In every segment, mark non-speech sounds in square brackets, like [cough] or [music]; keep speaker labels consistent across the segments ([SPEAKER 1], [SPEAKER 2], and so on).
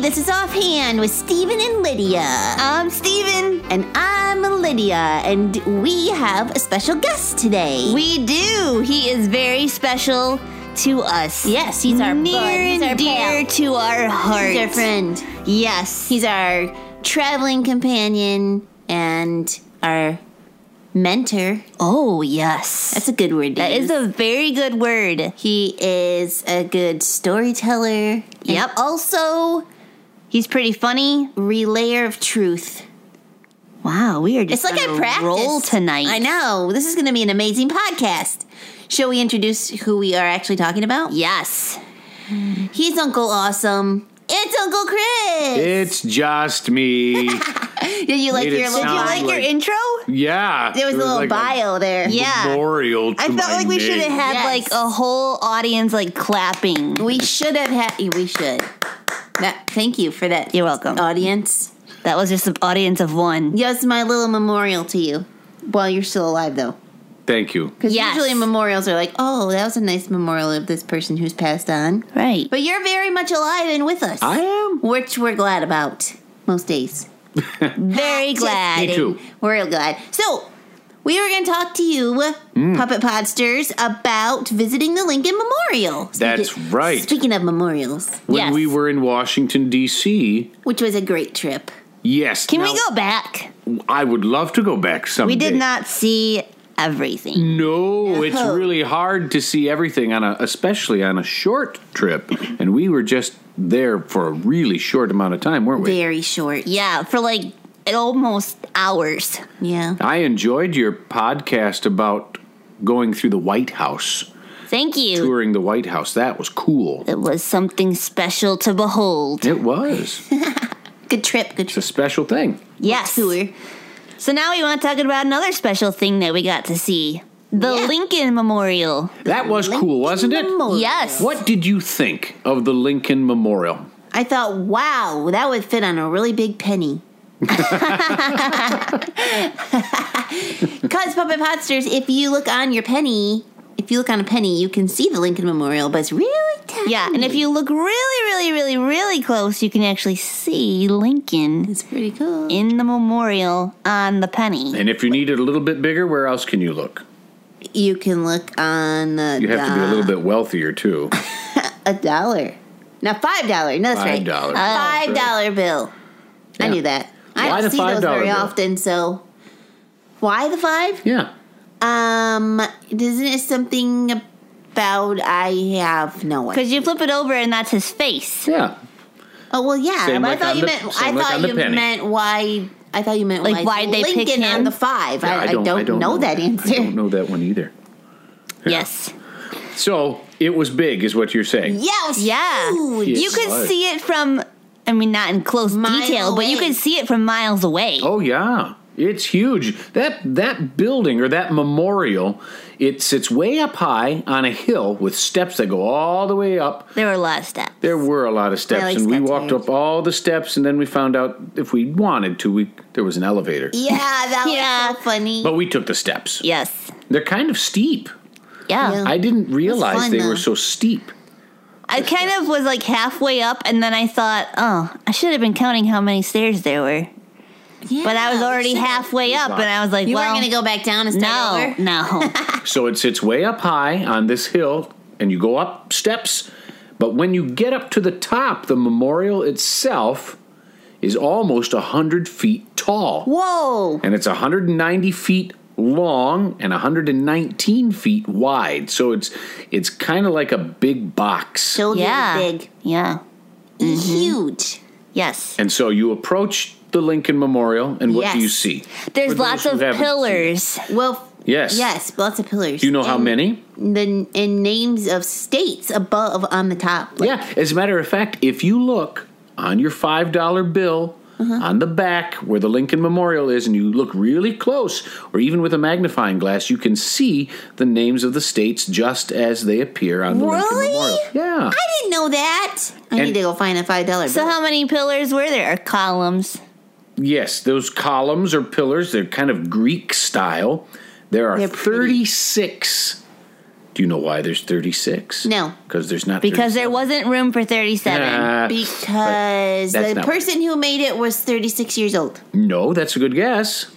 [SPEAKER 1] This is Offhand with Steven and Lydia.
[SPEAKER 2] I'm Steven.
[SPEAKER 1] And I'm Lydia, and we have a special guest today.
[SPEAKER 2] We do. He is very special to us.
[SPEAKER 1] yes, he's our
[SPEAKER 2] Near
[SPEAKER 1] bud. He's
[SPEAKER 2] and
[SPEAKER 1] our
[SPEAKER 2] dear
[SPEAKER 1] pal.
[SPEAKER 2] to our heart.
[SPEAKER 1] He's our friend.
[SPEAKER 2] Yes.
[SPEAKER 1] He's our traveling companion and our mentor.
[SPEAKER 2] oh yes.
[SPEAKER 1] That's a good word. to
[SPEAKER 2] that is
[SPEAKER 1] use.
[SPEAKER 2] a very good word.
[SPEAKER 1] He is a good storyteller. and
[SPEAKER 2] Yep.
[SPEAKER 1] Also,
[SPEAKER 2] He's pretty funny.
[SPEAKER 1] relayer of truth.
[SPEAKER 2] Wow, we are
[SPEAKER 1] It's
[SPEAKER 2] just
[SPEAKER 1] like I
[SPEAKER 2] on a
[SPEAKER 1] practiced
[SPEAKER 2] roll tonight.
[SPEAKER 1] I know this is going to be an amazing podcast. Shall we introduce who we are actually talking about?
[SPEAKER 2] Yes.
[SPEAKER 1] He's Uncle Awesome. It's Uncle Chris.
[SPEAKER 3] It's just me.
[SPEAKER 2] [laughs]
[SPEAKER 1] Did you like
[SPEAKER 3] made it
[SPEAKER 1] your little?
[SPEAKER 3] sound
[SPEAKER 2] Did you like your
[SPEAKER 3] like-
[SPEAKER 2] intro?
[SPEAKER 3] yeah.
[SPEAKER 1] there was, a
[SPEAKER 3] it
[SPEAKER 1] little
[SPEAKER 3] like
[SPEAKER 1] bio there.
[SPEAKER 2] Yeah.
[SPEAKER 3] Memorial to
[SPEAKER 2] I felt
[SPEAKER 3] my
[SPEAKER 2] like we should have
[SPEAKER 3] name.
[SPEAKER 2] had
[SPEAKER 1] Yes.
[SPEAKER 2] like a whole audience like clapping.
[SPEAKER 1] we should have had. We should. That, thank you for that.
[SPEAKER 2] You're welcome.
[SPEAKER 1] Audience,
[SPEAKER 2] That was just an audience of one.
[SPEAKER 1] yes, my little memorial to you. While you're still alive, though.
[SPEAKER 3] Thank you.
[SPEAKER 1] Because
[SPEAKER 2] Yes.
[SPEAKER 1] usually memorials are like, oh, that was a nice memorial of this person who's passed on.
[SPEAKER 2] Right.
[SPEAKER 1] But you're very much alive and with us,
[SPEAKER 3] I am.
[SPEAKER 1] which we're glad about most
[SPEAKER 3] [laughs]
[SPEAKER 1] days.
[SPEAKER 2] Very glad.
[SPEAKER 3] Me too.
[SPEAKER 1] We're real glad. So, we were going to talk to you,
[SPEAKER 3] Mm.
[SPEAKER 1] Puppet Podsters, about visiting the Lincoln Memorial.
[SPEAKER 3] That's right.
[SPEAKER 1] Speaking of memorials,
[SPEAKER 3] When
[SPEAKER 2] Yes.
[SPEAKER 3] we were in Washington, D.C.,
[SPEAKER 1] which was a great trip.
[SPEAKER 3] yes.
[SPEAKER 2] Can
[SPEAKER 3] now,
[SPEAKER 2] we go back?
[SPEAKER 3] I would love to go back someday.
[SPEAKER 2] We did not see
[SPEAKER 3] Mm.
[SPEAKER 2] everything.
[SPEAKER 3] No, it's
[SPEAKER 1] No.
[SPEAKER 3] really hard to see everything on a, especially on a short
[SPEAKER 2] [clears throat]
[SPEAKER 3] trip. and we were just there for a really short amount of time, weren't we?
[SPEAKER 1] Very short.
[SPEAKER 2] Yeah, for like almost hours.
[SPEAKER 1] Yeah.
[SPEAKER 3] I enjoyed your podcast about going through the White House,
[SPEAKER 2] Thank you.
[SPEAKER 3] touring the White House. That was cool.
[SPEAKER 2] It was something special to behold.
[SPEAKER 3] It was.
[SPEAKER 1] Good trip. Good
[SPEAKER 3] It's a
[SPEAKER 1] trip.
[SPEAKER 3] special thing.
[SPEAKER 2] Yes.
[SPEAKER 1] Tour.
[SPEAKER 2] So now we want to talk about another special thing that we got to see. The
[SPEAKER 1] Yeah.
[SPEAKER 2] Lincoln Memorial.
[SPEAKER 3] That was cool, wasn't it?
[SPEAKER 1] Memorial.
[SPEAKER 2] Yes.
[SPEAKER 3] What did you think of the Lincoln Memorial?
[SPEAKER 1] I thought, wow, that would fit on a really big penny. [laughs] Because Puppet Podsters, if you look on your penny, if you look on a penny, you can see the Lincoln Memorial, but it's really tiny.
[SPEAKER 2] Yeah, and if you look really, really, really, really close, you can actually see Lincoln
[SPEAKER 1] It's pretty cool.
[SPEAKER 2] in the memorial on the penny.
[SPEAKER 3] And if you need it a little bit bigger, where else can you look?
[SPEAKER 1] you can look on uh,
[SPEAKER 3] You have to be a little bit wealthier too.
[SPEAKER 1] a dollar. Now five dollar. No, that's right.
[SPEAKER 3] Five dollar.
[SPEAKER 1] Five dollar bill. I
[SPEAKER 3] Yeah.
[SPEAKER 1] knew that. I
[SPEAKER 3] Why
[SPEAKER 1] don't
[SPEAKER 3] the
[SPEAKER 1] see those
[SPEAKER 3] $5
[SPEAKER 1] very
[SPEAKER 3] bill?
[SPEAKER 1] often, so why the five?
[SPEAKER 3] Yeah.
[SPEAKER 1] Um, isn't it something about I have no one?
[SPEAKER 2] Because you flip it over and that's his face.
[SPEAKER 3] Yeah.
[SPEAKER 1] Oh well, yeah.
[SPEAKER 3] Same
[SPEAKER 1] but I
[SPEAKER 3] like
[SPEAKER 1] thought
[SPEAKER 3] on
[SPEAKER 1] you
[SPEAKER 3] the-
[SPEAKER 1] meant. I
[SPEAKER 3] same like
[SPEAKER 1] thought
[SPEAKER 3] on the
[SPEAKER 1] you
[SPEAKER 3] penny.
[SPEAKER 1] meant why. I thought you meant
[SPEAKER 2] Like, why'd they pick
[SPEAKER 1] Lincoln on
[SPEAKER 2] him?
[SPEAKER 1] the five. I, I, don't, know, that answer.
[SPEAKER 3] I
[SPEAKER 1] [laughs]
[SPEAKER 3] don't know that one either.
[SPEAKER 2] Yes.
[SPEAKER 3] So it was big, is what you're saying.
[SPEAKER 1] Yes.
[SPEAKER 2] Yeah.
[SPEAKER 1] Huge.
[SPEAKER 3] Yes.
[SPEAKER 2] You could
[SPEAKER 3] Right.
[SPEAKER 2] see it from, I mean, not in close
[SPEAKER 1] Mile
[SPEAKER 2] detail, but you
[SPEAKER 1] away.
[SPEAKER 2] could see it from miles away.
[SPEAKER 3] Oh yeah, it's huge. That that building or that memorial, it sits way up high on a hill with steps that go all the way up.
[SPEAKER 2] There were a lot of steps.
[SPEAKER 3] There were a lot of steps,
[SPEAKER 1] like
[SPEAKER 3] and we
[SPEAKER 1] steps,
[SPEAKER 3] walked
[SPEAKER 1] right?
[SPEAKER 3] up all the steps, and then we found out if we wanted to, we there was an elevator.
[SPEAKER 2] E-
[SPEAKER 1] Yeah, that
[SPEAKER 2] Yeah.
[SPEAKER 1] was so funny.
[SPEAKER 3] But we took the steps.
[SPEAKER 2] Yes.
[SPEAKER 3] They're kind of steep.
[SPEAKER 2] Yeah.
[SPEAKER 1] Yeah.
[SPEAKER 3] I didn't realize
[SPEAKER 1] fun,
[SPEAKER 3] they
[SPEAKER 1] though.
[SPEAKER 3] were so steep.
[SPEAKER 2] I kind of was like halfway up, and then I thought, oh, I should have been counting how many stairs there were.
[SPEAKER 1] Yeah,
[SPEAKER 2] But I was
[SPEAKER 1] we
[SPEAKER 2] already
[SPEAKER 1] should have-
[SPEAKER 2] halfway up, and I was like,
[SPEAKER 1] You
[SPEAKER 2] well,
[SPEAKER 1] weren't gonna go back down and start
[SPEAKER 2] no,
[SPEAKER 1] over. [laughs]
[SPEAKER 2] no.
[SPEAKER 3] So it sits way up high on this hill, and you go up steps. But when you get up to the top, the memorial itself is almost 100 feet tall.
[SPEAKER 1] Whoa.
[SPEAKER 3] And it's 190 feet long and 119 feet wide. So it's it's kind of like a big box.
[SPEAKER 1] Shoulder
[SPEAKER 2] yeah.
[SPEAKER 1] big,
[SPEAKER 2] Yeah.
[SPEAKER 3] Mm-hmm.
[SPEAKER 1] huge.
[SPEAKER 2] Yes.
[SPEAKER 3] And so you approach the Lincoln Memorial, and what do
[SPEAKER 1] Yes.
[SPEAKER 3] you see?
[SPEAKER 2] There's
[SPEAKER 3] For those
[SPEAKER 2] lots
[SPEAKER 3] who
[SPEAKER 2] of
[SPEAKER 3] haven't seen
[SPEAKER 2] pillars.
[SPEAKER 1] Well.
[SPEAKER 3] Yes.
[SPEAKER 1] Yes, lots of pillars.
[SPEAKER 3] Do you know how many?
[SPEAKER 1] The and names of states above on the top. Like,
[SPEAKER 3] Yeah. As a matter of fact, if you look on your $5 bill
[SPEAKER 1] Uh-huh.
[SPEAKER 3] on the back where the Lincoln Memorial is, and you look really close, or even with a magnifying glass, you can see the names of the states just as they appear on the
[SPEAKER 1] Really?
[SPEAKER 3] Lincoln Memorial. Yeah.
[SPEAKER 1] I didn't know that. I
[SPEAKER 3] And-
[SPEAKER 1] need to go find a five dollar.
[SPEAKER 2] So, how many pillars were there? Or columns?
[SPEAKER 3] Yes, those columns or pillars, they're kind of Greek style. There are
[SPEAKER 1] They're pretty.
[SPEAKER 3] 36 Do you know why there's 36?
[SPEAKER 1] No.
[SPEAKER 3] Because there's not
[SPEAKER 2] Because there
[SPEAKER 3] 37.
[SPEAKER 2] wasn't room for 37.
[SPEAKER 3] Ah,
[SPEAKER 1] Because the
[SPEAKER 3] that's not-
[SPEAKER 1] person who made it was 36 years old.
[SPEAKER 3] no, that's a good guess.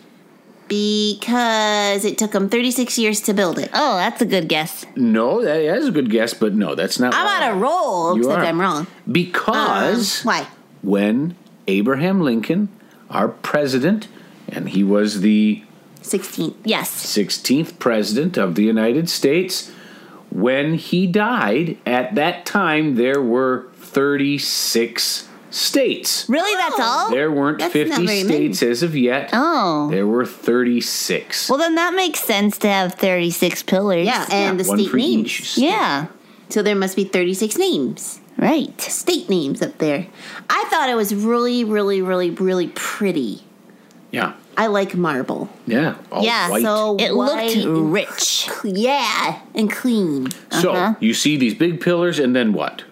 [SPEAKER 1] Because it took them 36 years to build it.
[SPEAKER 2] Oh, that's a good guess.
[SPEAKER 3] No, that is a good guess, but no, that's not.
[SPEAKER 1] I'm
[SPEAKER 3] why.
[SPEAKER 1] on a roll,
[SPEAKER 3] Uh, You
[SPEAKER 1] except
[SPEAKER 3] are.
[SPEAKER 1] I'm wrong.
[SPEAKER 3] Because
[SPEAKER 1] Um, Why?
[SPEAKER 3] when Abraham Lincoln, our president, and he was the
[SPEAKER 1] 16.
[SPEAKER 2] Yes.
[SPEAKER 3] 16th president of the United States, when he died, at that time there were 36 states.
[SPEAKER 2] Really, that's all?
[SPEAKER 3] There weren't
[SPEAKER 1] That's not very
[SPEAKER 3] 50
[SPEAKER 1] many.
[SPEAKER 3] states as of yet.
[SPEAKER 2] Oh.
[SPEAKER 3] There were 36.
[SPEAKER 2] Well, then that makes sense to have 36 pillars.
[SPEAKER 1] Yeah, and the
[SPEAKER 3] One
[SPEAKER 1] state
[SPEAKER 3] for
[SPEAKER 1] names.
[SPEAKER 3] each state.
[SPEAKER 2] Yeah,
[SPEAKER 1] So there must be 36 names.
[SPEAKER 2] right.
[SPEAKER 1] State names up there. I thought it was really, really, really, really pretty.
[SPEAKER 3] Yeah.
[SPEAKER 1] I like marble.
[SPEAKER 3] Yeah. All
[SPEAKER 2] Yeah,
[SPEAKER 3] white.
[SPEAKER 1] So
[SPEAKER 2] It
[SPEAKER 1] white
[SPEAKER 2] looked
[SPEAKER 1] and
[SPEAKER 2] rich.
[SPEAKER 1] cl- yeah, and clean.
[SPEAKER 3] So,
[SPEAKER 2] uh-huh.
[SPEAKER 3] you see these big pillars, and then what?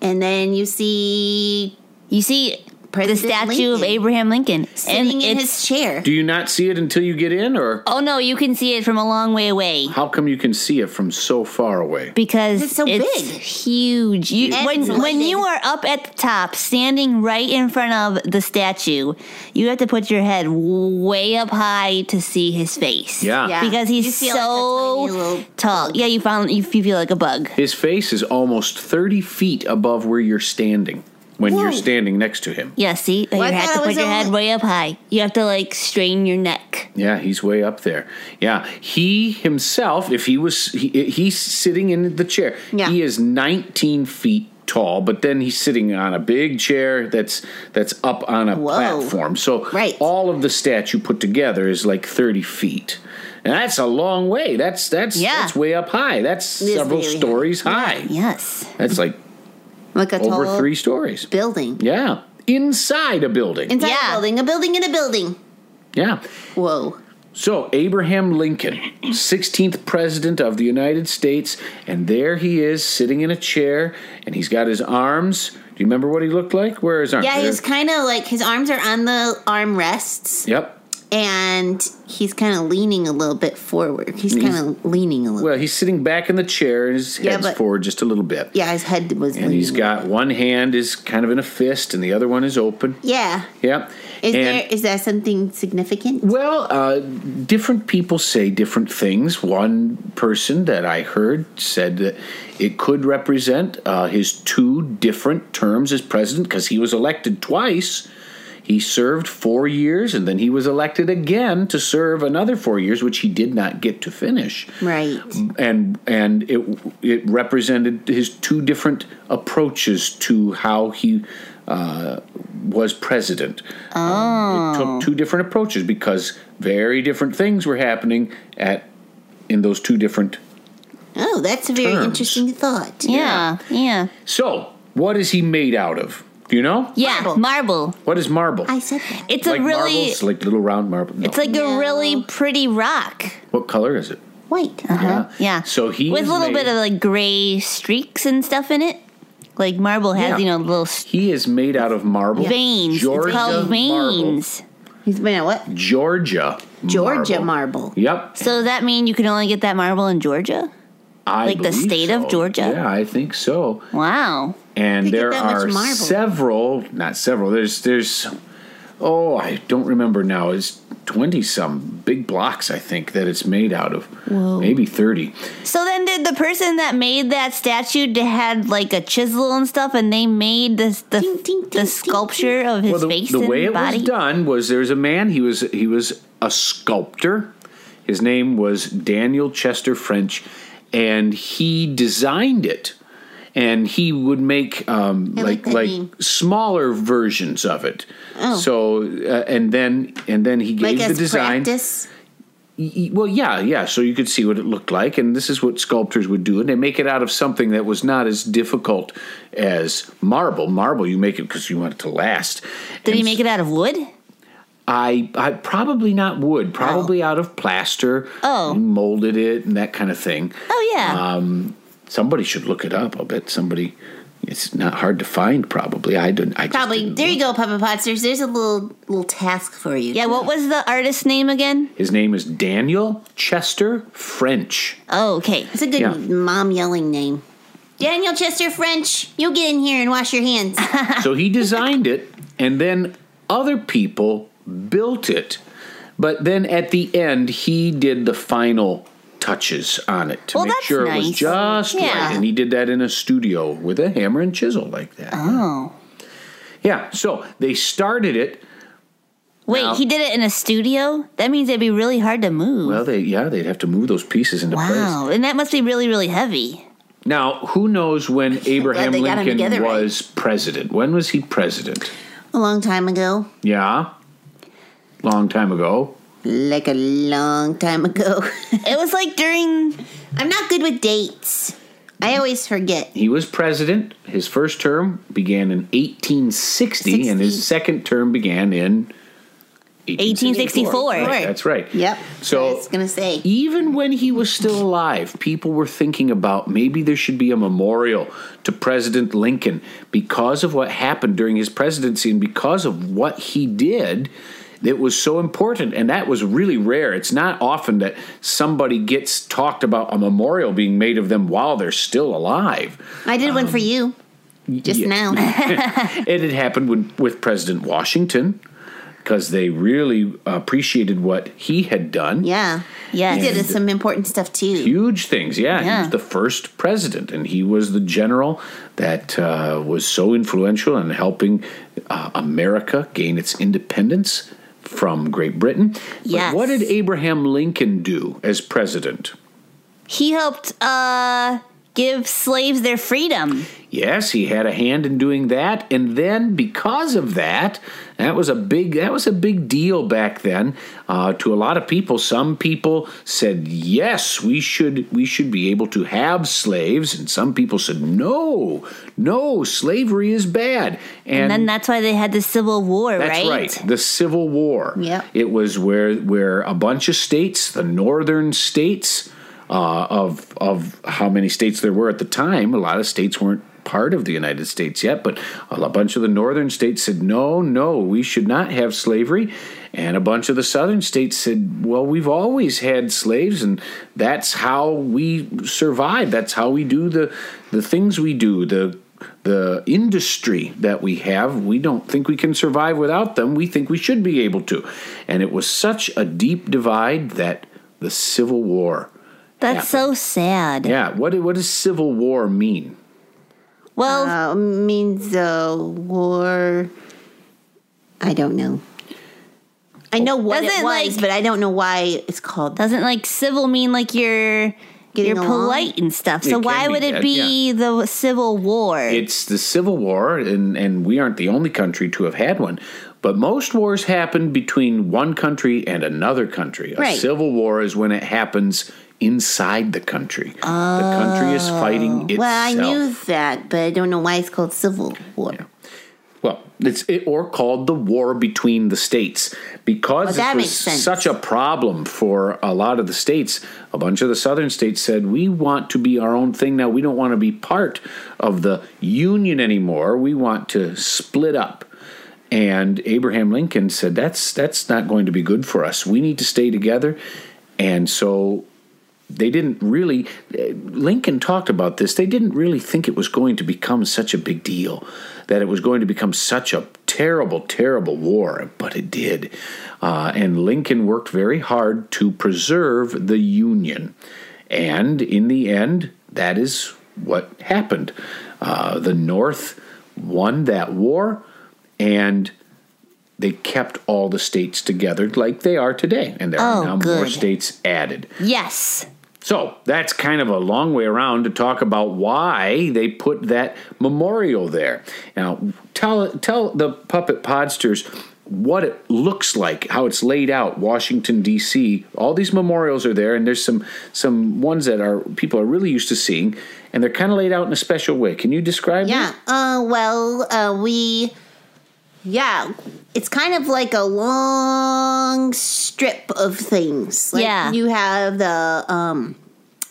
[SPEAKER 1] And then you see
[SPEAKER 2] You see the
[SPEAKER 1] President
[SPEAKER 2] statue of
[SPEAKER 1] Lincoln
[SPEAKER 2] Abraham Lincoln.
[SPEAKER 1] sitting
[SPEAKER 2] and
[SPEAKER 1] in
[SPEAKER 2] it's.
[SPEAKER 1] his chair.
[SPEAKER 3] Do you not see it until you get in, or
[SPEAKER 2] oh, no, you can see it from a long way away.
[SPEAKER 3] how come you can see it from so far away?
[SPEAKER 2] Because
[SPEAKER 1] It's so big.
[SPEAKER 2] huge. You,
[SPEAKER 1] And
[SPEAKER 2] when
[SPEAKER 1] it's
[SPEAKER 2] when
[SPEAKER 1] lighted.
[SPEAKER 2] you are up at the top, standing right in front of the statue, you have to put your head way up high to see his face.
[SPEAKER 3] Yeah.
[SPEAKER 1] Yeah.
[SPEAKER 2] because
[SPEAKER 1] You
[SPEAKER 2] he's
[SPEAKER 1] feel like a
[SPEAKER 2] so
[SPEAKER 1] tiny little
[SPEAKER 2] tall. Yeah, you found you feel like a bug.
[SPEAKER 3] His face is almost 30 feet above where you're standing when
[SPEAKER 1] Whoa.
[SPEAKER 3] you're standing next to him.
[SPEAKER 2] Yeah, see, you
[SPEAKER 1] I
[SPEAKER 2] have
[SPEAKER 1] thought it
[SPEAKER 2] to put
[SPEAKER 1] was
[SPEAKER 2] your head
[SPEAKER 1] only-
[SPEAKER 2] way up high. You have to like strain your neck.
[SPEAKER 3] Yeah, he's way up there. Yeah, he himself, if he was, he, he's sitting in the chair.
[SPEAKER 1] Yeah.
[SPEAKER 3] He is 19 feet tall, but then he's sitting on a big chair that's that's up on a
[SPEAKER 1] Whoa.
[SPEAKER 3] platform. So
[SPEAKER 1] Right.
[SPEAKER 3] all of the statue put together is like 30 feet. And that's a long way. That's that's
[SPEAKER 2] Yeah.
[SPEAKER 3] that's way up high. That's
[SPEAKER 1] is
[SPEAKER 3] several
[SPEAKER 1] very high.
[SPEAKER 3] stories high.
[SPEAKER 2] Yes,
[SPEAKER 3] That's like
[SPEAKER 1] like a
[SPEAKER 3] over
[SPEAKER 1] tall
[SPEAKER 3] three stories.
[SPEAKER 1] building.
[SPEAKER 3] Yeah. Inside a building.
[SPEAKER 1] Inside
[SPEAKER 2] Yeah.
[SPEAKER 1] a building, a building in a building.
[SPEAKER 3] yeah.
[SPEAKER 1] Whoa.
[SPEAKER 3] So, Abraham Lincoln, 16th President of the United States, and there he is sitting in a chair, and he's got his arms. Do you remember what he looked like? Where are his arms?
[SPEAKER 1] Yeah,
[SPEAKER 3] There.
[SPEAKER 1] he's kind of like his arms are on the arm rests,
[SPEAKER 3] Yep.
[SPEAKER 1] and he's kind of leaning a little bit forward. He's kind of leaning a little.
[SPEAKER 3] Well, he's sitting back in the chair, and his
[SPEAKER 1] Yeah,
[SPEAKER 3] head's
[SPEAKER 1] but-
[SPEAKER 3] forward just a little bit.
[SPEAKER 1] yeah, his head was.
[SPEAKER 3] And
[SPEAKER 1] leaning.
[SPEAKER 3] he's got one hand is kind of in a fist, and the other one is open.
[SPEAKER 1] Yeah.
[SPEAKER 3] Yep.
[SPEAKER 1] Is
[SPEAKER 3] and
[SPEAKER 1] there is that something significant?
[SPEAKER 3] Well, uh, different people say different things. One person that I heard said that it could represent uh, his two different terms as president because he was elected twice. He served four years and then he was elected again to serve another four years, which he did not get to finish.
[SPEAKER 1] Right.
[SPEAKER 3] And and it it represented his two different approaches to how he uh, was president. Um, It took two different approaches because very different things were happening at in those two different.
[SPEAKER 1] Oh, that's a very
[SPEAKER 3] Terms.
[SPEAKER 1] interesting thought.
[SPEAKER 2] yeah, yeah,
[SPEAKER 3] So, what is he made out of? Do you know?
[SPEAKER 2] yeah.
[SPEAKER 1] Marble.
[SPEAKER 2] Marble.
[SPEAKER 3] What is marble?
[SPEAKER 1] I said that.
[SPEAKER 2] It's
[SPEAKER 3] like
[SPEAKER 2] a really.
[SPEAKER 3] marbles, like little round marble. No.
[SPEAKER 2] It's like
[SPEAKER 1] No.
[SPEAKER 2] a really pretty rock.
[SPEAKER 3] what color is it?
[SPEAKER 1] White.
[SPEAKER 3] Yeah.
[SPEAKER 2] Yeah.
[SPEAKER 3] So he
[SPEAKER 2] with
[SPEAKER 3] is
[SPEAKER 2] a little
[SPEAKER 3] made-
[SPEAKER 2] bit of like gray streaks and stuff in it. Like marble has,
[SPEAKER 3] Yeah.
[SPEAKER 2] you know, little s
[SPEAKER 3] He is made out of marble.
[SPEAKER 2] veins.
[SPEAKER 3] Georgia
[SPEAKER 2] it's called
[SPEAKER 3] marble.
[SPEAKER 2] veins.
[SPEAKER 1] He's been at what?
[SPEAKER 3] Georgia.
[SPEAKER 1] Georgia
[SPEAKER 3] marble.
[SPEAKER 1] marble.
[SPEAKER 3] Yep.
[SPEAKER 2] So does that mean you can only get that marble in Georgia?
[SPEAKER 3] I
[SPEAKER 2] Like the
[SPEAKER 3] believe
[SPEAKER 2] state of
[SPEAKER 3] so.
[SPEAKER 2] Georgia?
[SPEAKER 3] Yeah, I think so.
[SPEAKER 2] Wow.
[SPEAKER 3] and
[SPEAKER 1] They get
[SPEAKER 3] there
[SPEAKER 1] that much
[SPEAKER 3] are
[SPEAKER 1] marble.
[SPEAKER 3] several not several there's there's oh i don't remember now it's 20 some big blocks i think that it's made out of maybe 30
[SPEAKER 2] So then did the person that made that statue to had like a chisel and stuff and they made this the
[SPEAKER 1] Ding, ding, ding,
[SPEAKER 2] the
[SPEAKER 1] ding,
[SPEAKER 2] sculpture of his
[SPEAKER 3] well the,
[SPEAKER 2] face
[SPEAKER 3] the
[SPEAKER 2] and
[SPEAKER 3] way it
[SPEAKER 2] body?
[SPEAKER 3] was done was there was a man he was he was a sculptor his name was daniel chester french and he designed it and he would make um,
[SPEAKER 1] I like
[SPEAKER 3] like
[SPEAKER 1] that
[SPEAKER 3] like,
[SPEAKER 1] name.
[SPEAKER 3] smaller versions of it.
[SPEAKER 2] Oh.
[SPEAKER 3] So uh, and then and then he
[SPEAKER 1] Like
[SPEAKER 3] gave the
[SPEAKER 1] as
[SPEAKER 3] design.
[SPEAKER 1] practice.
[SPEAKER 3] Y- Well, yeah, yeah. So you could see what it looked like, and this is what sculptors would do, and they make it out of something that was not as difficult as marble. Marble, you make it because you want it to last.
[SPEAKER 2] Did he
[SPEAKER 3] And
[SPEAKER 2] make it out of wood?
[SPEAKER 3] I, I probably not wood. Probably out of plaster.
[SPEAKER 2] Oh.
[SPEAKER 3] You molded it and that kind of thing.
[SPEAKER 2] Oh yeah.
[SPEAKER 3] Somebody should look it up. I'll bet somebody It's not hard to find, probably. I don't. I just
[SPEAKER 1] Probably.
[SPEAKER 3] didn't
[SPEAKER 1] There
[SPEAKER 3] look.
[SPEAKER 1] you go, Puppet Podsters. There's a little little task for you.
[SPEAKER 2] Yeah, what was the artist's name again?
[SPEAKER 3] His name is Daniel Chester French.
[SPEAKER 2] Oh, okay.
[SPEAKER 1] It's a good
[SPEAKER 2] [laughs]
[SPEAKER 3] Yeah.
[SPEAKER 1] mom yelling name. Daniel Chester French, you get in here and wash your hands.
[SPEAKER 3] so he designed it, and then other people built it. But then at the end, he did the final touches on it to
[SPEAKER 2] Well,
[SPEAKER 3] make
[SPEAKER 2] that's
[SPEAKER 3] sure it was
[SPEAKER 2] nice.
[SPEAKER 3] just
[SPEAKER 2] Yeah.
[SPEAKER 3] right. And he did that in a studio with a hammer and chisel like that.
[SPEAKER 2] Oh.
[SPEAKER 3] Yeah, so they started it.
[SPEAKER 2] Wait,
[SPEAKER 3] No.
[SPEAKER 2] he did it in a studio? That means it'd be really hard to move.
[SPEAKER 3] Well, they yeah, they'd have to move those pieces into place.
[SPEAKER 2] wow. And that must be really, really heavy.
[SPEAKER 3] Now, who
[SPEAKER 1] [laughs]
[SPEAKER 3] knows when Abraham
[SPEAKER 1] they got 'em
[SPEAKER 3] Lincoln
[SPEAKER 1] together, right?
[SPEAKER 3] was president? When was he president?
[SPEAKER 1] a long time ago.
[SPEAKER 3] Yeah. Long time ago.
[SPEAKER 1] Like a long time
[SPEAKER 3] Oh.
[SPEAKER 1] ago. [laughs]
[SPEAKER 2] It was like during
[SPEAKER 1] I'm not good with dates. I always forget.
[SPEAKER 3] He was president. His first term began in 1860, and his
[SPEAKER 1] 60.
[SPEAKER 3] second term began in
[SPEAKER 2] 1864.
[SPEAKER 3] Right, that's right.
[SPEAKER 1] Yep.
[SPEAKER 3] So-
[SPEAKER 1] I was gonna say.
[SPEAKER 3] Even when he was still alive, people were thinking about maybe there should be a memorial to President Lincoln because of what happened during his presidency and because of what he did. It was so important, and that was really rare. It's not often that somebody gets talked about a memorial being made of them while they're still alive.
[SPEAKER 1] I did one for you. Just
[SPEAKER 3] yeah.
[SPEAKER 1] now.
[SPEAKER 3] It had happened with, with President Washington because they really appreciated what he had done.
[SPEAKER 1] yeah.
[SPEAKER 2] Yes.
[SPEAKER 1] You did
[SPEAKER 3] And-
[SPEAKER 1] some important stuff too.
[SPEAKER 3] Huge things, yeah. He
[SPEAKER 2] Yeah.
[SPEAKER 3] was the first president, and he was the general that uh, was so influential in helping uh, America gain its independence from Great Britain.
[SPEAKER 2] Yes.
[SPEAKER 3] But what did Abraham Lincoln do as president?
[SPEAKER 2] he helped uh give slaves their freedom.
[SPEAKER 3] Yes, he had a hand in doing that, and then because of that, that was a big that was a big deal back then uh, to a lot of people. Some people said yes, we should we should be able to have slaves, and some people said no, no, slavery is bad.
[SPEAKER 2] And then that's why they had the Civil War,
[SPEAKER 3] That's right. The Civil War.
[SPEAKER 1] Yep.
[SPEAKER 3] It was where where a bunch of states, the northern states, uh, of of how many states there were at the time. A lot of states weren't part of the United States yet, but a lo- bunch of the northern states said, "No, no, we should not have slavery." And a bunch of the southern states said, "Well, we've always had slaves, and that's how we survive. That's how we do the the things we do. The the industry that we have, we don't think we can survive without them. We think we should be able to. And it was such a deep divide that the Civil War.
[SPEAKER 2] That's so sad.
[SPEAKER 3] Yeah, what, what does Civil War mean?
[SPEAKER 2] Well,
[SPEAKER 1] Uh, means the war. I don't know. I know what it
[SPEAKER 2] Doesn't,
[SPEAKER 1] was,
[SPEAKER 2] like-
[SPEAKER 1] but I don't know why it's called that.
[SPEAKER 2] doesn't like civil mean like you're
[SPEAKER 1] Getting
[SPEAKER 2] you're
[SPEAKER 1] along?
[SPEAKER 2] polite and stuff. So
[SPEAKER 3] It
[SPEAKER 2] why
[SPEAKER 3] can be
[SPEAKER 2] would it
[SPEAKER 3] that,
[SPEAKER 2] be the Civil War?
[SPEAKER 3] It's the Civil War, and, and we aren't the only country to have had one. But most wars happen between one country and another country. A
[SPEAKER 1] Right.
[SPEAKER 3] civil war is when it happens inside the country. the country is fighting itself.
[SPEAKER 1] Oh, Well, I knew that, but I don't know why it's called Civil War.
[SPEAKER 3] Well, it's it, or called the war between the states because
[SPEAKER 1] Well, that
[SPEAKER 3] this
[SPEAKER 1] makes sense.
[SPEAKER 3] was such a problem for a lot of the states. A bunch of the southern states said, "We want to be our own thing now. We don't want to be part of the union anymore. We want to split up." And Abraham Lincoln said, "That's that's not going to be good for us. We need to stay together." And so they didn't really eh, lincoln talked about this they didn't really think it was going to become such a big deal that it was going to become such a terrible terrible war but it did uh, and lincoln worked very hard to preserve the union and in the end that is what happened uh, the north won that war and they kept all the states together like they are today and there
[SPEAKER 2] Oh,
[SPEAKER 3] are now more
[SPEAKER 2] good.
[SPEAKER 3] states added
[SPEAKER 2] yes.
[SPEAKER 3] so that's kind of a long way around to talk about why they put that memorial there. Now, tell tell the puppet podsters what it looks like, how it's laid out. Washington D.C. All these memorials are there, and there's some some ones that are people are really used to seeing, and they're kind of laid out in a special way. Can you describe? them?
[SPEAKER 1] Yeah. Uh, well, uh, we. Yeah, it's kind of like a long strip of things. Like
[SPEAKER 2] Yeah.
[SPEAKER 1] You have the um,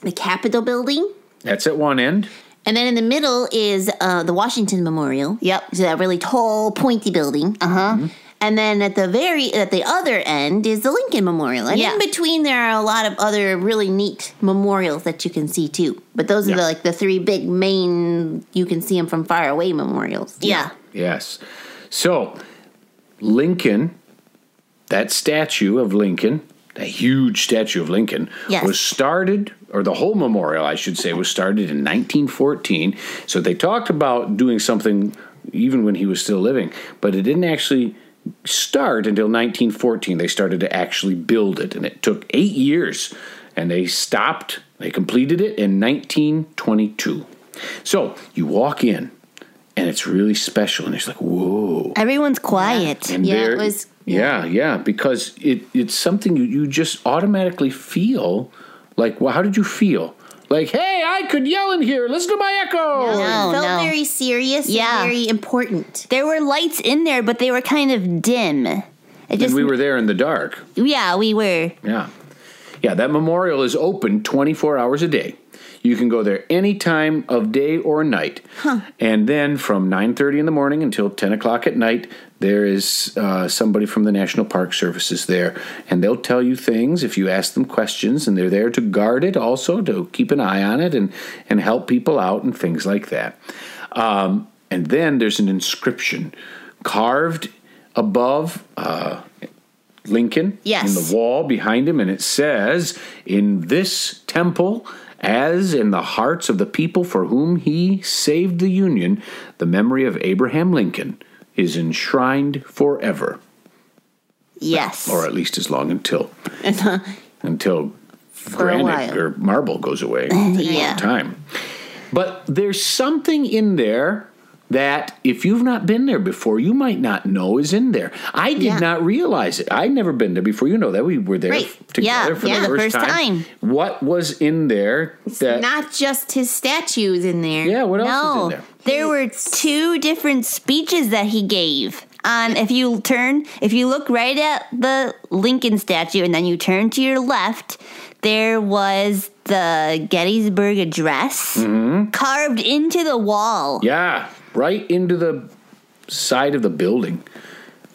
[SPEAKER 1] the Capitol building,
[SPEAKER 3] that's at one end.
[SPEAKER 1] And then in the middle is uh, the Washington Memorial.
[SPEAKER 2] Yep. Uh-huh.
[SPEAKER 1] It's that really tall, pointy building. Uh huh. And then at the very at the other end is the Lincoln Memorial. And
[SPEAKER 2] Yeah.
[SPEAKER 1] in between there are a lot of other really neat memorials that you can see too. But those are
[SPEAKER 3] Yeah.
[SPEAKER 1] the, like the three big main you can see them from far away memorials.
[SPEAKER 2] Yeah.
[SPEAKER 3] Yes. So, Lincoln, that statue of Lincoln, that huge statue of Lincoln,
[SPEAKER 1] Yes.
[SPEAKER 3] was started, or the whole memorial, I should say, was started in 1914. So they talked about doing something even when he was still living, but it didn't actually start until 1914. They started to actually build it, and it took eight years, and they stopped, they completed it in 1922. So you walk in, and it's really special, and it's like, whoa.
[SPEAKER 2] Everyone's quiet.
[SPEAKER 3] And
[SPEAKER 1] Yeah, it
[SPEAKER 3] there-
[SPEAKER 1] was-
[SPEAKER 3] Yeah, yeah, because it it's something you, you just automatically feel like. Well, how did you feel? Like, hey, I could yell in here. Listen to my echo.
[SPEAKER 2] No,
[SPEAKER 1] it felt
[SPEAKER 2] no.
[SPEAKER 1] very serious
[SPEAKER 2] Yeah.
[SPEAKER 1] and very important.
[SPEAKER 2] There were lights in there, but they were kind of dim. It just
[SPEAKER 3] And we were there in the dark.
[SPEAKER 2] yeah, we were.
[SPEAKER 3] Yeah, yeah. That memorial is open twenty four hours a day. You can go there any time of day or night. And then from nine thirty in the morning until ten o'clock at night, there is uh, somebody from the National Park Service is there, and they'll tell you things if you ask them questions. And they're there to guard it, also to keep an eye on it and and help people out and things like that. Um, and then there's an inscription carved above. Uh, Lincoln
[SPEAKER 2] Yes.
[SPEAKER 3] in the wall behind him, and it says, In this temple, as in the hearts of the people for whom he saved the Union, the memory of Abraham Lincoln is enshrined forever,
[SPEAKER 2] Yes.
[SPEAKER 3] or at least as long until until
[SPEAKER 1] a
[SPEAKER 3] granite
[SPEAKER 1] while.
[SPEAKER 3] or marble goes away. It'll take a
[SPEAKER 2] [laughs]
[SPEAKER 3] long
[SPEAKER 2] Yeah.
[SPEAKER 3] time. But there's something in there that if you've not been there before, you might not know is in there. I did
[SPEAKER 1] Yeah.
[SPEAKER 3] not realize it. I'd never been there before. You know that we were there
[SPEAKER 1] Right.
[SPEAKER 3] f- together
[SPEAKER 2] Yeah.
[SPEAKER 3] for
[SPEAKER 2] Yeah,
[SPEAKER 3] the, first time.
[SPEAKER 2] time.
[SPEAKER 3] What was in there that
[SPEAKER 1] Not just his statues in there.
[SPEAKER 3] Yeah, what else
[SPEAKER 2] no,
[SPEAKER 3] is in there?
[SPEAKER 2] there were two different speeches that he gave. On if you turn, if you look right at the Lincoln statue and then you turn to your left, there was the Gettysburg Address carved into the wall.
[SPEAKER 3] Mm-hmm. Yeah, right into the side of the building.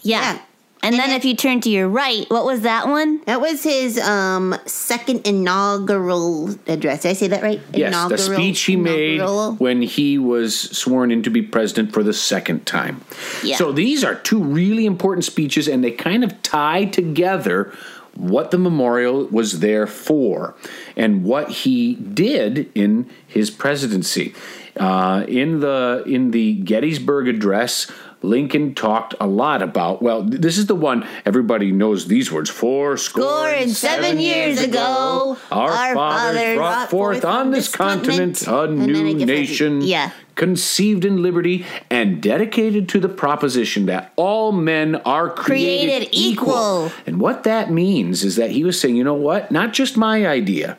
[SPEAKER 2] Yeah.
[SPEAKER 1] Yeah.
[SPEAKER 2] And, then if you turn to your right, what was that one?
[SPEAKER 1] That was his um, second inaugural address. Did I say that right?
[SPEAKER 3] Yes,
[SPEAKER 1] inaugural,
[SPEAKER 3] the speech he made
[SPEAKER 1] inaugural.
[SPEAKER 3] when he was sworn in to be president for the second time.
[SPEAKER 2] Yeah.
[SPEAKER 3] So these are two really important speeches, and they kind of tie together what the memorial was there for and what he did in his presidency. Uh, in the in the Gettysburg Address, Lincoln talked a lot about. Well, th- this is the one everybody knows these words: four score
[SPEAKER 2] Four and seven years ago,
[SPEAKER 3] our,
[SPEAKER 2] our
[SPEAKER 3] fathers
[SPEAKER 2] fathers
[SPEAKER 3] brought
[SPEAKER 1] brought
[SPEAKER 3] forth
[SPEAKER 1] forth
[SPEAKER 3] on
[SPEAKER 1] on
[SPEAKER 3] this
[SPEAKER 1] this
[SPEAKER 3] continent a
[SPEAKER 1] continent. And then
[SPEAKER 3] new
[SPEAKER 1] it gets-
[SPEAKER 3] nation
[SPEAKER 2] Yeah.
[SPEAKER 3] conceived in liberty and dedicated to the proposition that all men are created,
[SPEAKER 2] Created equal.
[SPEAKER 3] And what that means is that he was saying, you know what? Not just my idea.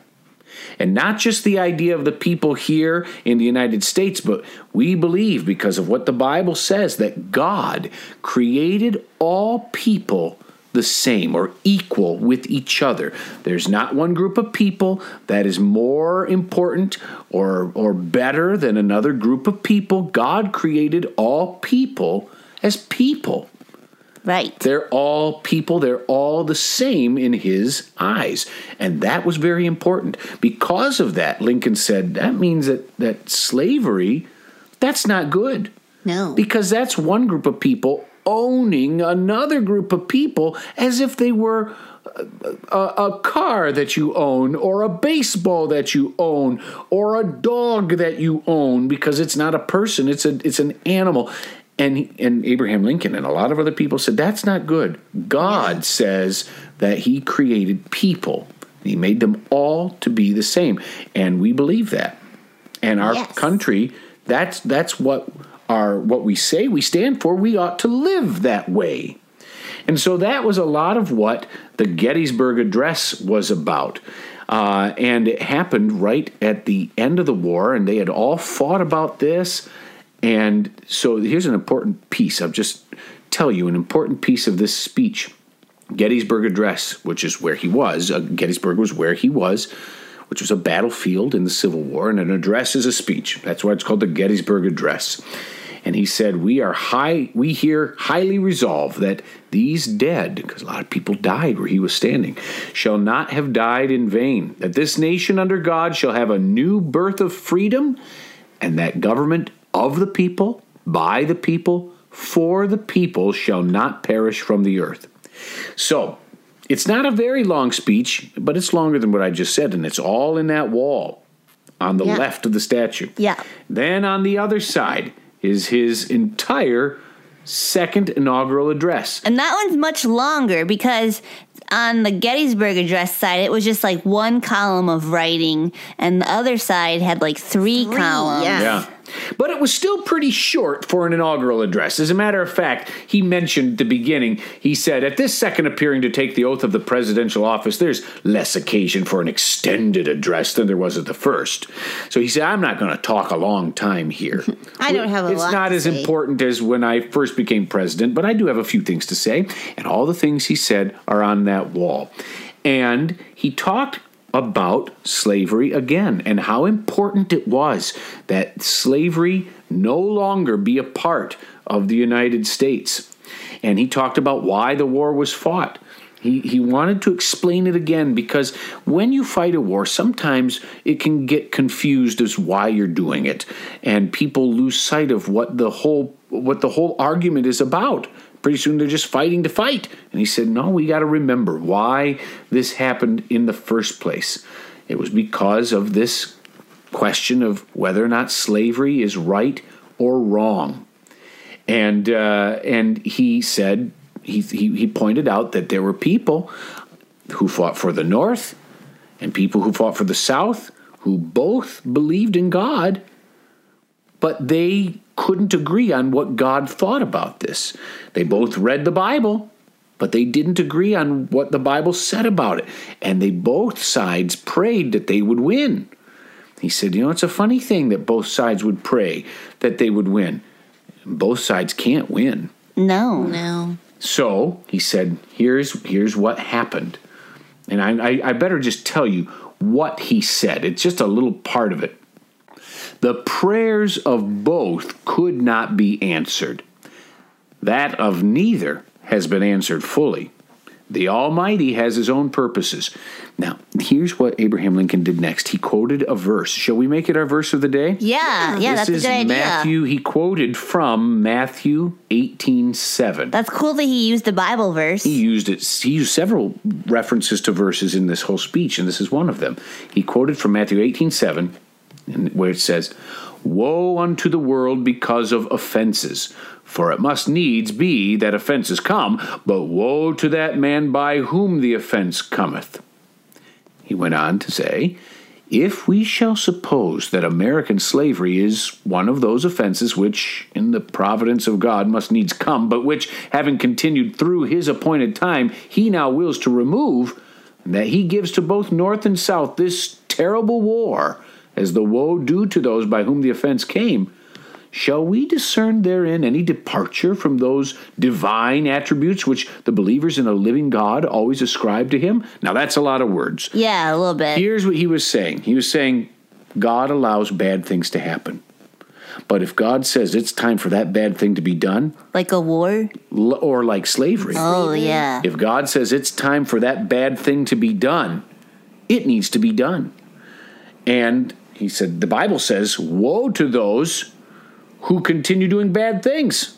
[SPEAKER 3] And not just the idea of the people here in the United States, but we believe because of what the Bible says that God created all people the same or equal with each other. There's not one group of people that is more important or or better than another group of people. God created all people as people.
[SPEAKER 2] Right.
[SPEAKER 3] They're all people. They're all the same in his eyes. And that was very important. Because of that, Lincoln said that means that, that slavery, that's not good.
[SPEAKER 1] No.
[SPEAKER 3] Because that's one group of people owning another group of people as if they were a, a car that you own or a baseball that you own or a dog that you own because it's not a person it's a it's an animal and he- and Abraham Lincoln and a lot of other people said that's not good god says that he created people he made them all to be the same and we believe that and our
[SPEAKER 1] Yes.
[SPEAKER 3] country that's that's what our what we say we stand for we ought to live that way and so that was a lot of what the Gettysburg Address was about. Uh, and it happened right at the end of the war, and they had all fought about this. And so here's an important piece. I'll just tell you an important piece of this speech Gettysburg Address, which is where he was. Uh, Gettysburg was where he was, which was a battlefield in the Civil War, and an address is a speech. That's why it's called the Gettysburg Address. And he said, "We are high. We here highly resolve that these dead, because a lot of people died where he was standing, shall not have died in vain. That this nation under God shall have a new birth of freedom, and that government of the people, by the people, for the people shall not perish from the earth." So. It's not a very long speech, but it's longer than what I just said, and it's all in that wall on the
[SPEAKER 1] Yeah.
[SPEAKER 3] left of the statue.
[SPEAKER 2] Yeah.
[SPEAKER 3] Then on the other side is his entire second inaugural address.
[SPEAKER 2] And that one's much longer because on the Gettysburg Address side, it was just like one column of writing, and the other side had like three,
[SPEAKER 1] Three,
[SPEAKER 2] columns.
[SPEAKER 1] yeah.
[SPEAKER 3] Yeah. But it was still pretty short for an inaugural address. As a matter of fact, he mentioned at the beginning, he said, At this second appearing to take the oath of the presidential office, there's less occasion for an extended address than there was at the first. So he said, I'm not going to talk a long time here.
[SPEAKER 1] I don't have a
[SPEAKER 3] it's
[SPEAKER 1] lot
[SPEAKER 3] not
[SPEAKER 1] to
[SPEAKER 3] as
[SPEAKER 1] say.
[SPEAKER 3] important as when I first became president, but I do have a few things to say. And all the things he said are on that wall. And he talked about slavery again and how important it was that slavery no longer be a part of the United States. And he talked about why the war was fought. He, he wanted to explain it again because when you fight a war, sometimes it can get confused as why you're doing it, and people lose sight of what the whole what the whole argument is about. Pretty soon they're just fighting to fight. And he said, "No, we got to remember why this happened in the first place. It was because of this question of whether or not slavery is right or wrong." and uh, and he said he, he he pointed out that there were people who fought for the North and people who fought for the South who both believed in God, but they couldn't agree on what God thought about this. They both read the Bible, but they didn't agree on what the Bible said about it, and they both sides prayed that they would win. He said, "You know, it's a funny thing that both sides would pray that they would win." both sides can't win.
[SPEAKER 2] No.
[SPEAKER 1] No.
[SPEAKER 3] So he said, "Here's here's what happened," and I, I, I better just tell you what he said. It's just a little part of it. The prayers of both could not be answered. That of neither has been answered fully. The Almighty has His own purposes. Now, here's what Abraham Lincoln did next. He quoted a verse. Shall we make it our verse of the day?
[SPEAKER 2] Yeah, yeah,
[SPEAKER 3] this
[SPEAKER 2] that's a
[SPEAKER 3] is
[SPEAKER 2] good idea.
[SPEAKER 3] Matthew. He quoted from Matthew eighteen seven.
[SPEAKER 2] That's cool that he used the Bible verse.
[SPEAKER 3] He used it. He used several references to verses in this whole speech, and this is one of them. He quoted from Matthew eighteen seven, and where it says, "Woe unto the world because of offenses." For it must needs be that offenses come, but woe to that man by whom the offense cometh. He went on to say, if we shall suppose that American slavery is one of those offenses which, in the providence of God, must needs come, but which, having continued through his appointed time, he now wills to remove, and that he gives to both North and South this terrible war, as the woe due to those by whom the offense came, Shall we discern therein any departure from those divine attributes which the believers in a living God always ascribe to him? Now, that's a lot of words.
[SPEAKER 2] Yeah, a little bit.
[SPEAKER 3] Here's what he was saying He was saying, God allows bad things to happen. But if God says it's time for that bad thing to be done,
[SPEAKER 2] like a war.
[SPEAKER 3] l- or like slavery,
[SPEAKER 2] Oh yeah.
[SPEAKER 3] if God says it's time for that bad thing to be done, it needs to be done. And he said, the Bible says, Woe to those who continue doing bad things.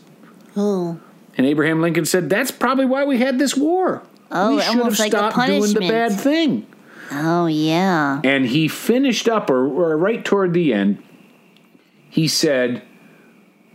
[SPEAKER 1] Oh.
[SPEAKER 3] And Abraham Lincoln said, That's probably why we had this war.
[SPEAKER 2] Oh,
[SPEAKER 3] we should have
[SPEAKER 2] almost like a
[SPEAKER 3] stopped doing the
[SPEAKER 2] punishment."
[SPEAKER 3] bad thing.
[SPEAKER 2] Oh yeah.
[SPEAKER 3] And he finished up, or, or right toward the end, he said,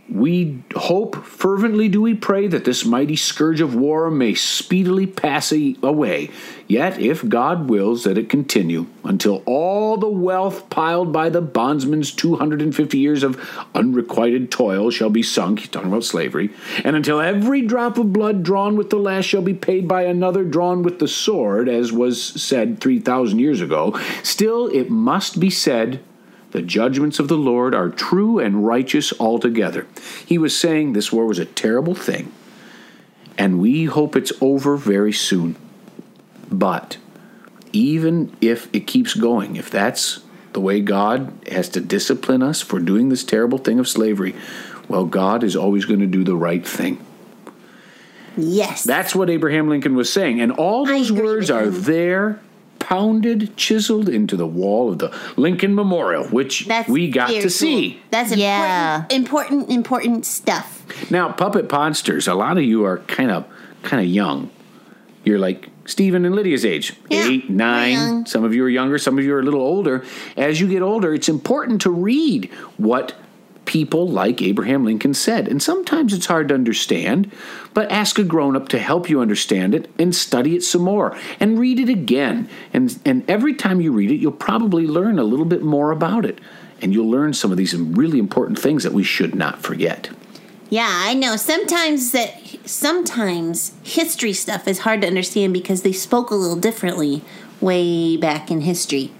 [SPEAKER 3] We hope fervently do we pray that this mighty scourge of war may speedily pass a- away. Yet, if God wills that it continue until all the wealth piled by the bondsman's 250 years of unrequited toil shall be sunk, he's talking about slavery, and until every drop of blood drawn with the lash shall be paid by another drawn with the sword, as was said 3,000 years ago, still it must be said the judgments of the Lord are true and righteous altogether. He was saying this war was a terrible thing, and we hope it's over very soon. But even if it keeps going, if that's the way God has to discipline us for doing this terrible thing of slavery, well, God is always going to do the right thing.
[SPEAKER 1] Yes.
[SPEAKER 3] That's what Abraham Lincoln was saying. And all those
[SPEAKER 1] agree
[SPEAKER 3] words
[SPEAKER 1] with
[SPEAKER 3] are
[SPEAKER 1] him.
[SPEAKER 3] there, pounded, chiseled into the wall of the Lincoln Memorial, which
[SPEAKER 1] That's
[SPEAKER 3] we got
[SPEAKER 1] very
[SPEAKER 3] to see.
[SPEAKER 1] cool. That's important,
[SPEAKER 2] Yeah.
[SPEAKER 1] important, important stuff.
[SPEAKER 3] Now, puppet podsters, a lot of you are kind of kind of young. You're like Stephen and Lydia's age,
[SPEAKER 1] Yeah,
[SPEAKER 3] eight,
[SPEAKER 1] we're
[SPEAKER 3] nine.
[SPEAKER 1] young.
[SPEAKER 3] Some of you are younger, some of you are a little older. As you get older, it's important to read what people like Abraham Lincoln said. And sometimes it's hard to understand, but ask a grown up to help you understand it and study it some more and read it again. And, and every time you read it, you'll probably learn a little bit more about it. And you'll learn some of these really important things that we should not forget.
[SPEAKER 1] Yeah, I know. Sometimes that sometimes history stuff is hard to understand because they spoke a little differently way back in history.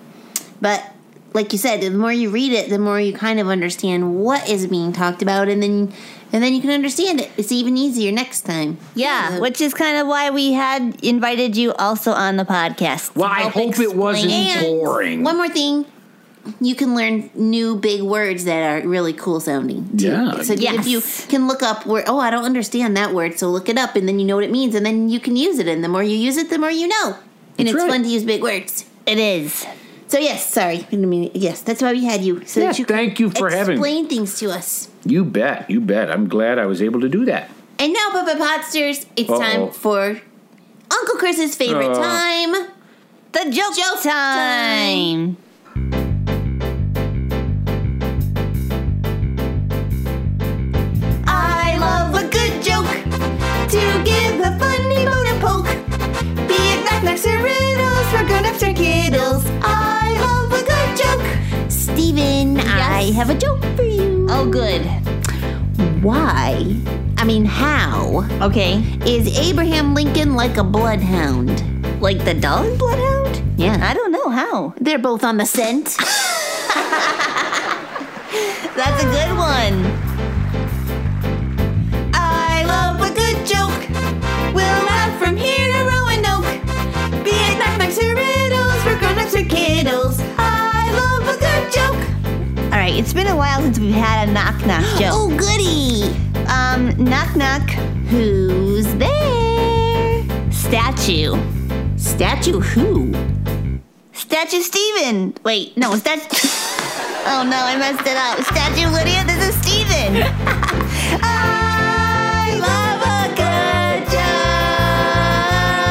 [SPEAKER 1] But like you said, the more you read it, the more you kind of understand what is being talked about and then and then you can understand it. It's even easier next time.
[SPEAKER 2] Yeah, which is kind of why we had invited you also on the podcast.
[SPEAKER 3] Well, I
[SPEAKER 2] Help
[SPEAKER 3] hope it wasn't
[SPEAKER 2] explain-
[SPEAKER 1] And
[SPEAKER 3] boring.
[SPEAKER 1] One more thing. You can learn new big words that are really cool sounding. too.
[SPEAKER 3] Yeah.
[SPEAKER 1] So if
[SPEAKER 2] Yes.
[SPEAKER 1] you can look up where, oh, I don't understand that word, so look it up and then you know what it means and then you can use it. And the more you use it, the more you know. And
[SPEAKER 3] That's
[SPEAKER 1] it's
[SPEAKER 3] right.
[SPEAKER 1] fun to use big words.
[SPEAKER 2] It is.
[SPEAKER 1] So, yes, sorry. I didn't mean- yes, that's why we had you. So
[SPEAKER 3] Yeah,
[SPEAKER 1] that you
[SPEAKER 3] thank you for having me.
[SPEAKER 1] Explain things to us.
[SPEAKER 3] You bet, you bet. I'm glad I was able to do that.
[SPEAKER 1] And now, Papa Podsters, it's
[SPEAKER 3] Uh-oh.
[SPEAKER 1] time for Uncle Chris's favorite
[SPEAKER 3] Uh.
[SPEAKER 1] time.
[SPEAKER 2] The joke,
[SPEAKER 1] Joke time.
[SPEAKER 2] time. I love a good joke to give a funny bone a poke. Be it knickknacks or riddles for grown-ups or kiddles. I love a good joke.
[SPEAKER 1] Steven, I have a joke for you.
[SPEAKER 2] Oh, good.
[SPEAKER 1] Why? I mean, how?
[SPEAKER 2] Okay,
[SPEAKER 1] Is Abraham Lincoln like a bloodhound?
[SPEAKER 2] like the dog and bloodhound?
[SPEAKER 1] Yeah.
[SPEAKER 2] I don't know how.
[SPEAKER 1] They're both on the scent.
[SPEAKER 2] That's a good one. I love a good joke. We'll laugh from here to Roanoke. Be it knickknacks or riddles, for grown-ups or kiddles. I love a good joke. All right, it's been a while since we've had a knock [gasps] knock joke.
[SPEAKER 1] oh, goody!
[SPEAKER 2] Um, knock knock. Who's there? Statue.
[SPEAKER 1] Statue who?
[SPEAKER 2] Statue Steven. Wait, no, Statue. [laughs] oh no, I messed it up. Statue Lydia, this is Steven. I love a good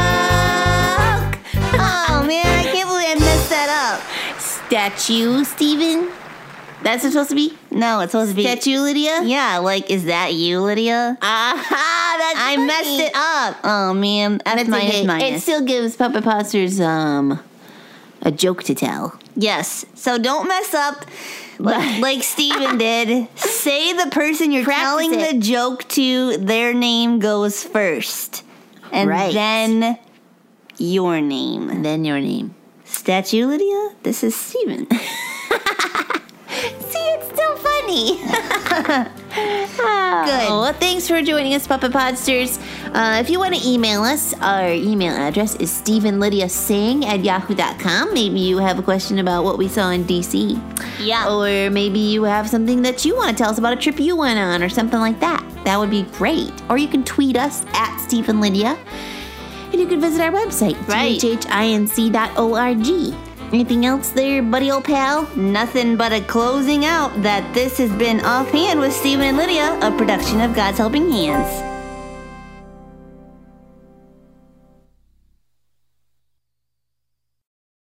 [SPEAKER 2] joke. Oh man, I can't believe I messed that up.
[SPEAKER 1] Statue, Stephen? That's what it's supposed to be?
[SPEAKER 2] No, it's supposed to be.
[SPEAKER 1] Statue, Lydia?
[SPEAKER 2] Yeah, like, is that you, Lydia? Ah, [laughs]
[SPEAKER 1] Aha! That's
[SPEAKER 2] I messed it up. Oh man, F
[SPEAKER 1] That's
[SPEAKER 2] minus
[SPEAKER 1] okay. It
[SPEAKER 2] minus.
[SPEAKER 1] still gives Puppet Posters, um, a joke to tell.
[SPEAKER 2] yes, so don't mess up. Like,
[SPEAKER 1] [laughs]
[SPEAKER 2] like Steven did, say the person you're
[SPEAKER 1] Practice
[SPEAKER 2] telling
[SPEAKER 1] it.
[SPEAKER 2] the joke to, their name goes first. And
[SPEAKER 1] Right.
[SPEAKER 2] then your name.
[SPEAKER 1] Then your name.
[SPEAKER 2] Statue Lydia, this is Steven.
[SPEAKER 1] [laughs] See, it's still [laughs] funny. Good. Well, thanks for joining us, Puppet Podsters. Uh, if you want to email us, our email address is StephenLydiaSing at yahoo.com. Maybe you have a question about what we saw in D.C.
[SPEAKER 2] Yeah. Oh,
[SPEAKER 1] Or maybe you have something that you want to tell us about a trip you went on or something like that. That would be great. Or you can tweet us at Stephen Lydia. And you can visit our website,
[SPEAKER 2] Right.
[SPEAKER 1] GHHINC.org. Anything else there, buddy old pal?
[SPEAKER 2] Nothing but a closing out that this has been Offhand with Steven and Lydia, a production of God's Helping Hands.